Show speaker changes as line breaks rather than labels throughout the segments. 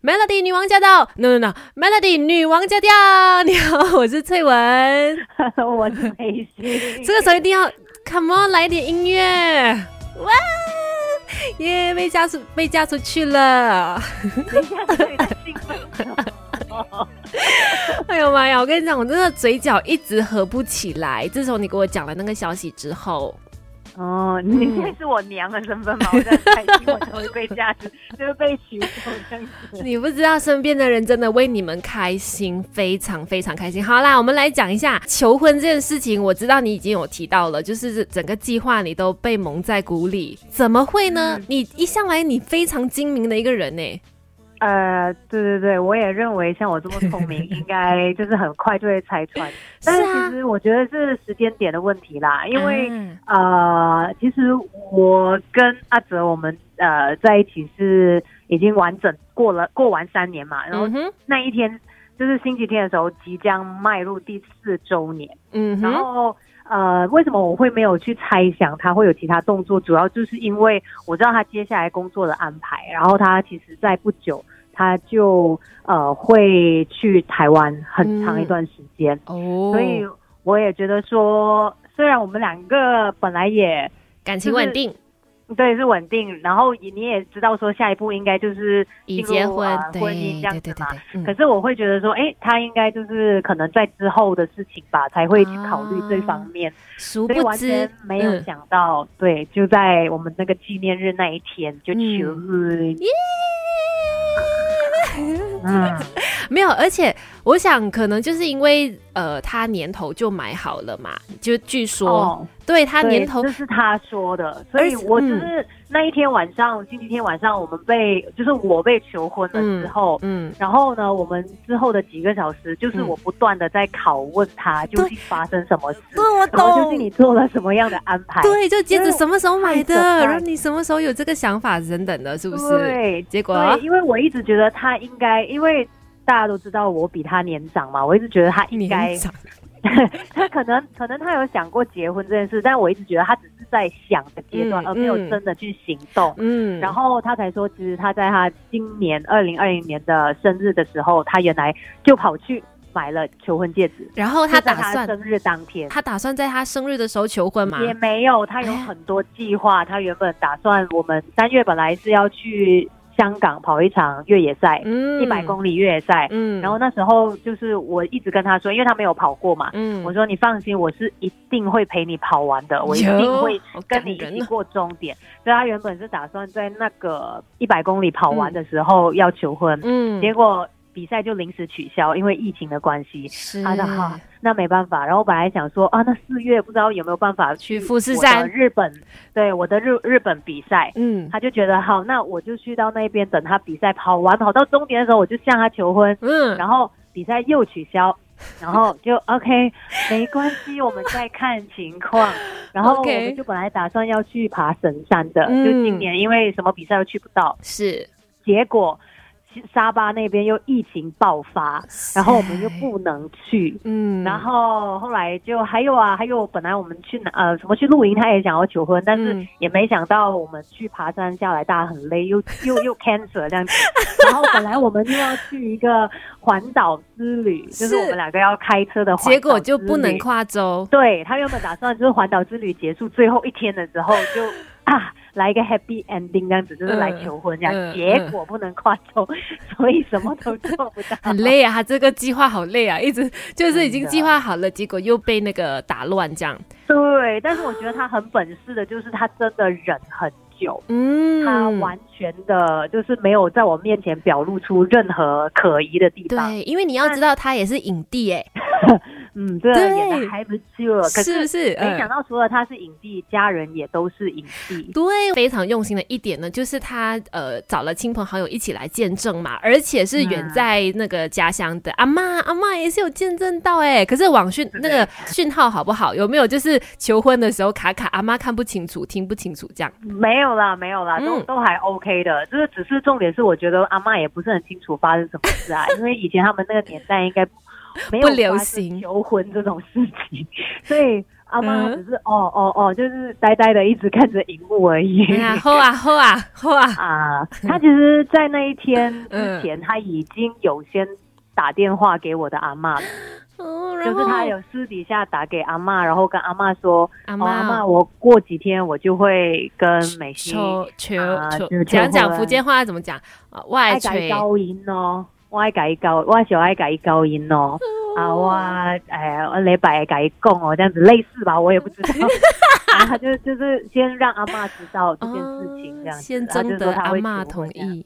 Melody 女王驾到，no no no，Melody 女王驾到。你好，我是翠文。
我是美心。
这个时候一定要 come on 来点音乐，哇，耶、被嫁出被嫁出去了。
等一下，对，太兴奋 了。
哎呦妈呀！我跟你讲，我真的嘴角一直合不起来。自从你给我讲了那个消息之后，
哦，你现在是我娘的身份吗？我在开心，我就是被价值，就是被取走这样 子。
你不知道身边的人真的为你们开心，非常非常开心。好啦，我们来讲一下求婚这件事情。我知道你已经有提到了，就是整个计划你都被蒙在鼓里，怎么会呢？你一向来你非常精明的一个人呢、
呃，对对对，我也认为像我这么聪明，应该就是很快就会拆穿。但是
啊
其实我觉得是时间点的问题啦，因为、
嗯
呃，其实我跟阿哲我们呃在一起是已经完整过了过完三年嘛，然后
嗯哼，
那一天就是星期天的时候，即将迈入第四周年。
嗯
然
哼，
后呃，为什么我会没有去猜想他会有其他动作？主要就是因为我知道他接下来工作的安排，然后他其实在不久他就呃会去台湾很长一段时间，
哦，
所以我也觉得说，虽然我们两个本来也嗯
感情稳定，
对是稳定，然后你也知道说下一步应该就是
已
进入
结婚
呃，
对
婚姻这样
对
子
对对
嘛。
对，嗯
可是我会觉得说，哎，他应该就是可能在之后的事情吧，才会去考虑这方面。
殊
所以
不
完全
知嗯
没有想到，对，就在我们那个纪念日那一天就求婚，嗯，
没有，而且我想可能就是因为呃，他年头就买好了嘛，就据说、
哦，
对 他
对
年头
这是他说的，所以
而且嗯
我就是那一天晚上，星期天晚上，我们被就是我被求婚了之后。
嗯，
然后呢，我们之后的几个小时，就是
嗯
我不断的在拷问他究竟发生什么事，
我
然后究竟你做了什么样的安排，
对，就截止什么时候买的，
因为我太
然后你什么时候有这个想法等等的，是不是？
对，
结果啊
对，因为我一直觉得他应该，因为大家都知道我比他年长嘛，我一直觉得他应该
年，长，
他可能可能他有想过结婚这件事，但我一直觉得他只是在想的阶段，
嗯
而没有
嗯
真的去行动。
嗯，
然后他才说，其实他在他今年二零二零年的生日的时候，他原来就跑去买了求婚戒指。
然后他
就在
打
他
算，
生日当天。
他打算在他生日的时候求婚嘛？
也没有，他有很多计划。他原本打算我们三月本来是要去香港跑一场越野赛，
嗯
一百、公里越野赛。
嗯，
然后那时候就是我一直跟他说，因为他没有跑过嘛，
嗯，
我说你放心，我是一定会陪你跑完的，我一定会
有好
跟
感
你一
人啊
起
呢
过终点。所以他原本是打算在那个一百公里跑完的时候要求婚，
嗯，
结果比赛就临时取消，因为疫情的关系。
是
啊，那好，
嗯
那没办法。然后我本来想说啊，那四月不知道有没有办法
去
去
富士
我的
山
日本，对我的日日本比赛。
嗯
他就觉得好，那我就去到那边等他比赛跑完，跑到终点的时候，我就向他求婚。
嗯，
然后比赛又取消，然后就 OK，没关系，我们再看 情况。然后我
OK
们就本来打算要去爬神山的，
嗯
就今年因为什么比赛都去不到，
是，
结果其沙巴那边又疫情爆发，然后我们又不能去。
嗯，
然后后来就还有啊，还有本来我们去哪呃什么去露营，他也想要求婚，但是
嗯
也没想到我们去爬山下来，大家很累，又 又又 cancel 这样子。然后本来我们又要去一个环岛之旅，就是
是
我们两个要开车的环岛
结果就不能
之旅
跨州，
对他原本打算就是环岛之旅结束最后一天的时候就 啊来一个 happy ending 这样子，就是来
嗯
求婚这样，
嗯
结果不能跨州， 所以什么都做不到，
很。累啊，他这个计划好累啊，一 直就是已经
真的
计划好了，结果又被那个打乱这样。
对，但是我觉
啊
得他很本事的，就是他真的忍很久。
嗯，
他完全的，就是没有在我面前表露出任何可疑的地方。
对，因为你要知道他也是影帝哎，
嗯，这
对
演的还不错。可
是不是？
没
嗯，
想到，除了他是影帝，家人也都是影帝。
对，非常用心的一点呢，就是他呃找了亲朋好友一起来见证嘛，而且是远
嗯
在那个家乡的阿妈，阿妈也是有见证到哎。可是网讯
对
那个讯号好不好？有没有就是求婚的时候卡卡，阿妈看不清楚，听不清楚 这样？
没有啦，没有啦，都、
嗯
都还 OK 的。就是只是重点是，我觉得阿嬷也不是很清楚发生什么 事啊，因为以前他们那个年代应该没有
不流
发生
行
求婚这种事情，所以阿妈
嗯
只是哦哦哦，就是呆呆的一直看着荧幕 而已。
哎呀，吼啊吼啊吼啊！
啊，他其实，在那一天 之
嗯
前，他已经有先打电话给我的阿妈了，
哦，然
就
后
是他有私底下打给阿妈，然后跟阿妈说：“
阿
哦，阿
妈
妈，我过几天我就会跟美心
求求
啊
求，
就
讲
求
讲
婚
福建话怎么讲？啊外
爱改
垂
高音哦，我爱改高，我小爱改高音哦。”啊，我哎，我礼拜改供哦，这样子类似吧，我也不 知道。然后他就就是先让阿妈知道这件事情，这样
哦
子，
先
然后就
征
是
得
说他
阿
会
妈
求
同
婚这样。
意，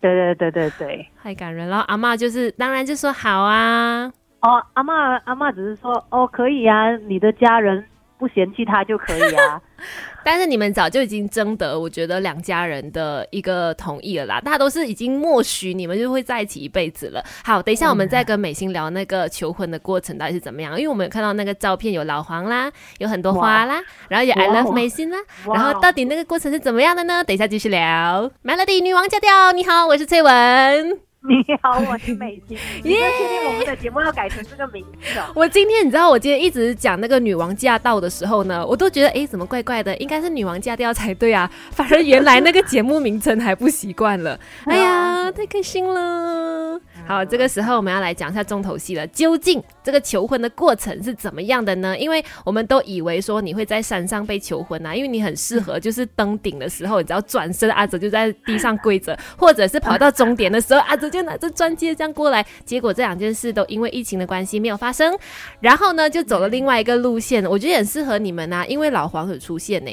对对对对对。
太感人。然后阿妈就是当然就说好啊，
哦，阿嬷阿嬷只是说，哦，可以啊，你的家人不嫌弃他就可以啊。
但是你们早就已经征得，我觉得两家人的一个同意了啦，大家都是已经默许你们就会在一起一辈子了。好，等一下我们
嗯
再跟美心聊那个求婚的过程到底是怎么样，因为我们有看到那个照片有老黄啦，有很多花啦，然后也 I
哇哦
love 美心啦，
哇哦
然后到底那个过程是怎么样的呢？等一下继续聊。Melody 女王驾调，你好，我是翠文。
你好，我是美 心。你在确定我们的节目要改成这个名字哦？
我今天你知道，我今天一直讲那个女王驾到的时候呢，我都觉得诶怎么怪怪的，应该是女王驾到才对啊。 反而原来那个节目名称还不习惯了，哎呀，太开心了。好，这个时候我们要来讲一下重头戏了，究竟这个求婚的过程是怎么样的呢？因为我们都以为说你会在山上被求婚啊，因为你很适合就是登顶的时候，你只要转身，阿哲就在地上跪着， 或者是跑到终点的时候，阿哲就拿着钻戒这样过来。结果这两件事都因为疫情的关系没有发生，然后呢就走了另外一个路线，我觉得也很适合你们啊，因为老黄有出现呢、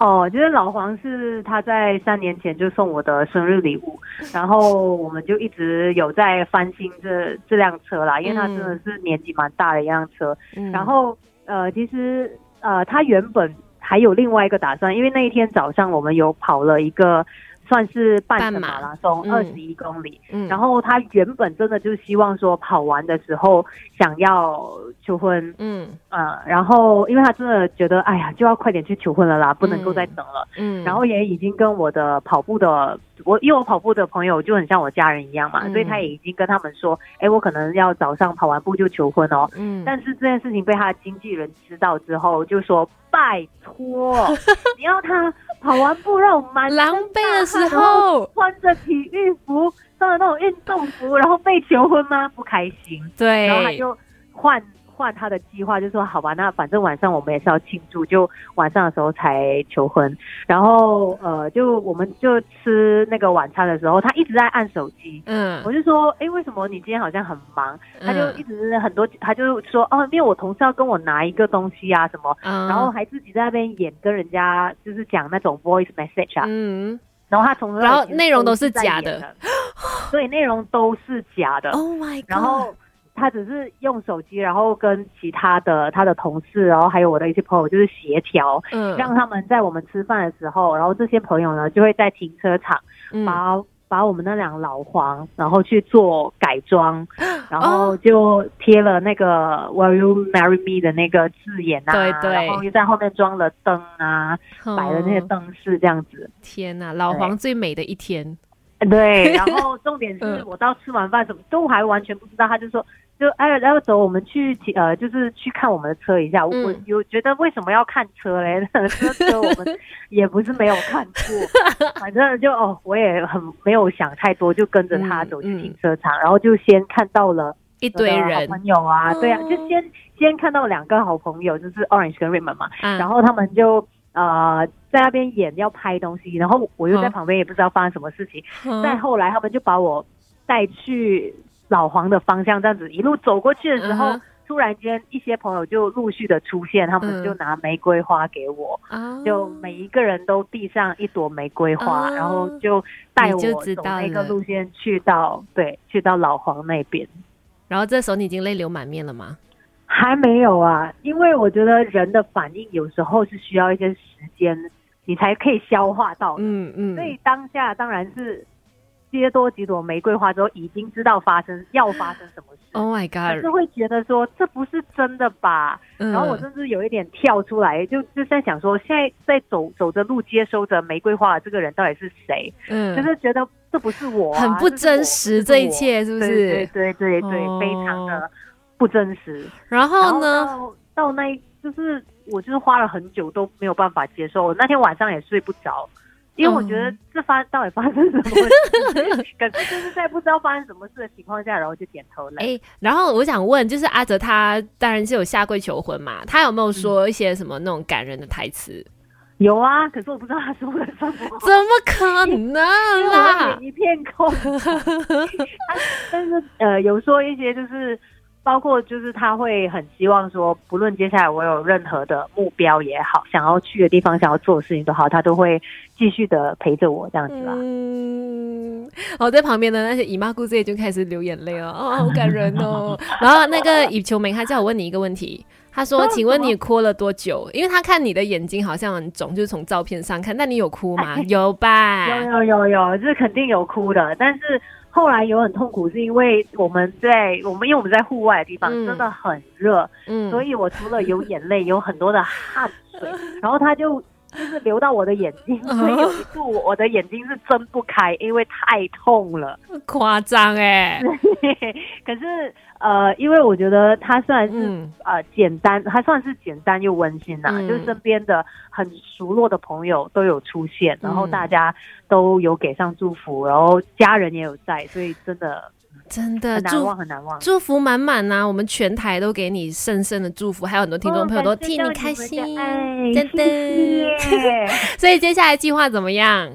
哦，就是老黄是他在三年前就送我的生日礼 物，然后我们就一直有在翻新这这辆车啦，因为他真的是年纪蛮大的一辆车。
嗯
然后呃，其实呃，他原本还有另外一个打算，因为那一天早上我们有跑了一个算是半
半
程
马
马拉松，
嗯
二十一公里。
嗯
然后他原本真的就希望说跑完的时候想要求婚，
嗯
呃，然后因为他真的觉得哎呀就要快点去求婚了啦，不能够再等了。
嗯，
然后也已经跟我的跑步的我，因为我跑步的朋友就很像我家人一样嘛，
嗯
所以他也已经跟他们说，哎，我可能要早上跑完步就求婚哦。
嗯
但是这件事情被他的经纪人知道之后，就说拜托， 你要他跑完步让我满身
狼狈的时
大汗然后
候，
穿着体育服，穿着那种运动服，然后被求婚吗？不开心，
对，
然后他就换换他的计划，就说好吧，那反正晚上我们也是要庆祝，就晚上的时候才求婚。然后呃，就我们就吃那个晚餐的时候，他一直在按手机。
嗯，
我就说，哎，为什么你今天好像很忙？他就
嗯
一直很多，他就说，哦，因为我同事要跟我拿一个东西啊什么，
嗯
然后还自己在那边演跟人家就是讲那种 voice message 啊，
嗯
然后他从头到
然后
尾其实
内容都是
在
假
演
的
的，对，内容都是假的。
，Oh my God，
然后他只是用手机，然后跟其他的他的同事，然后还有我的一些朋友，就是协调，
嗯
让他们在我们吃饭的时候，然后这些朋友呢就会在停车场
嗯
把、把我们那辆老黄，然后去做改装，
嗯
然
哦
后就贴了那个 “Will you marry me” 的那个字眼啊，
对对
然后又在后面装了灯啊，摆了那些
哦
灯饰这样子。
天呐，老
对
黄最美的一天，
对，然后重点
嗯
是我到吃完饭什么都还完全不知道，他就说就哎，然后走，我们去骑呃，就是去看我们的车一下。我、
嗯
我有觉得为什么要看车嘞？ 这车我 们也不是没有看过，反正就哦，我也很没有想太多，就跟着他
嗯
走去
嗯
停车场，然后就先看到了
一
我的
堆
好
人
朋友啊，对啊，
哦
就先先看到两个好朋友，就是 Orange 跟 Raymond 嘛，
啊，
然后他们就呃在那边演要拍东西，然后我又在
嗯
旁边也不知道发生什么事情。
嗯
再后来，他们就把我带去老黄的方向，这样子一路走过去的时候，
嗯哼
突然间一些朋友就陆续的出现，他们
嗯
就拿玫瑰花给我，
啊
就每一个人都递上一朵玫瑰
啊
花，然后就带我
你就知
走
道
那个
了
路线去到对去到老黄那边。
然后这时候你已经泪流满面了吗？
还没有啊，因为我觉得人的反应有时候是需要一些时间，你才可以消化到的。
嗯嗯，
所以当下当然是接多几朵玫瑰花之后，已经知道发生要发生什么事，
，Oh my
可
God，
是会觉得说这不是真的吧？
然
然后我甚至有一点跳出来，就就在想说，现在在走走着路接收着玫瑰花的这个人到底是谁？
嗯
就是觉得这不是我啊、
很不真实，这一切是
这
不
是我，这是
是？
我对对对对对，
哦
非常的不真实。
然
然
后呢？
到到那一就是我就是花了很久都没有办法接受，我那天晚上也睡不着，因为我觉得这发到底发生什么 事，可是就是在不知道发生什么事的情况下，然后就点头了。
哎、然后我想问，就是阿哲他当然是有下跪求婚嘛，他有没有说一些什么那种感人的台词？
有啊，可是我不知道他说的什么。
怎么可能啊
因为我
啦
眼？一片空白。但但是呃，有说一些就是，包括就是他会很希望说，不论接下来我有任何的目标也好，想要去的地方、想要做的事情都好，他都会继续的陪着我这样子啦。
嗯，我在旁边的那些姨妈姑姐就开始流眼泪了，哦，好感人哦。 然后那个以球梅，她叫我问你一个问题，她说：“
嗯
请问
什么
你哭了多久？”因为她看你的眼睛好像很肿，就是从照片上看，但你有哭 吗？有吧？
有有有有，就是肯定有哭的，但是后来有很痛苦，是因为我们在我们因为我们在户外的地方
嗯
真的很热，
嗯，
所以我除了有眼泪，有很多的汗 水，然后它就就是流到我的眼睛，
嗯
所以有一度我的眼睛是睁不开，因为太痛了。
夸张哎、
可是呃，因为我觉得它虽然是、
嗯
呃简单，它算是简单又温馨呐、
嗯
就是身边的很熟络的朋友都有出现，然后
嗯
大家都有给上祝福，然后家人也有在，所以真的
真的
很难
祝
忘，很难忘。
呃祝福满满呐、我们全台都给你深深的祝福，还有很多听众朋友都
哦感
替
受到你
开心，
们的
真的。
爱哎谢谢。
所以接下来计划怎么样？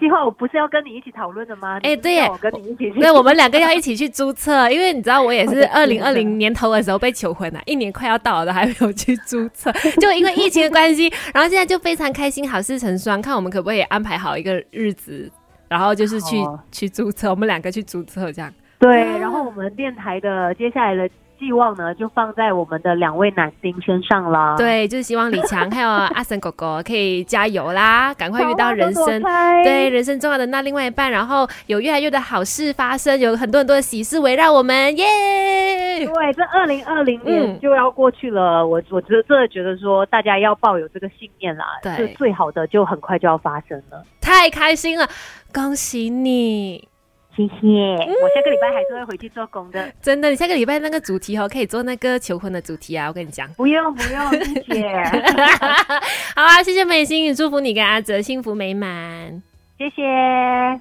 计划我不是要跟你一起讨论的吗？
哎
你不是
对耶
叫我跟你一起去。
对，我们两个要一起去注册，因为你知道我 也是二
我的
零
天
二
哪
零年头的时候被求婚了、啊一年快要到了还没有去注册， 就因为疫情的关系，然后现在就非常开心，好事成双，看我们可不可以安排好一个日子，然后就是去、
好啊
去注册，我们两个去注册这样。
对
啊
然后我们电台的接下来的寄望呢，就放在我们的两位男丁身上啦。，
对，就是希望李强还有阿森狗狗可以加油啦，赶快遇到人
走
生
啊。。走走
对，人生重要的那另外一半，然后有越来越多的好事发生，有很多很多的喜事围绕我们，耶、
对，这二零二零
嗯
年就要过去了，我我真真的觉得说，大家要抱有这个信念啦，
对
就最好的就很快就要发生了。
太开心了，恭喜你！
谢谢，
嗯
我下个礼拜还是会回去做工的。
真的，你下个礼拜那个主题哦，可以做那个求婚的主题啊，我跟你讲。
不用不用，谢谢，
好啊，谢谢美心，也祝福你跟阿哲幸福美满。
谢谢。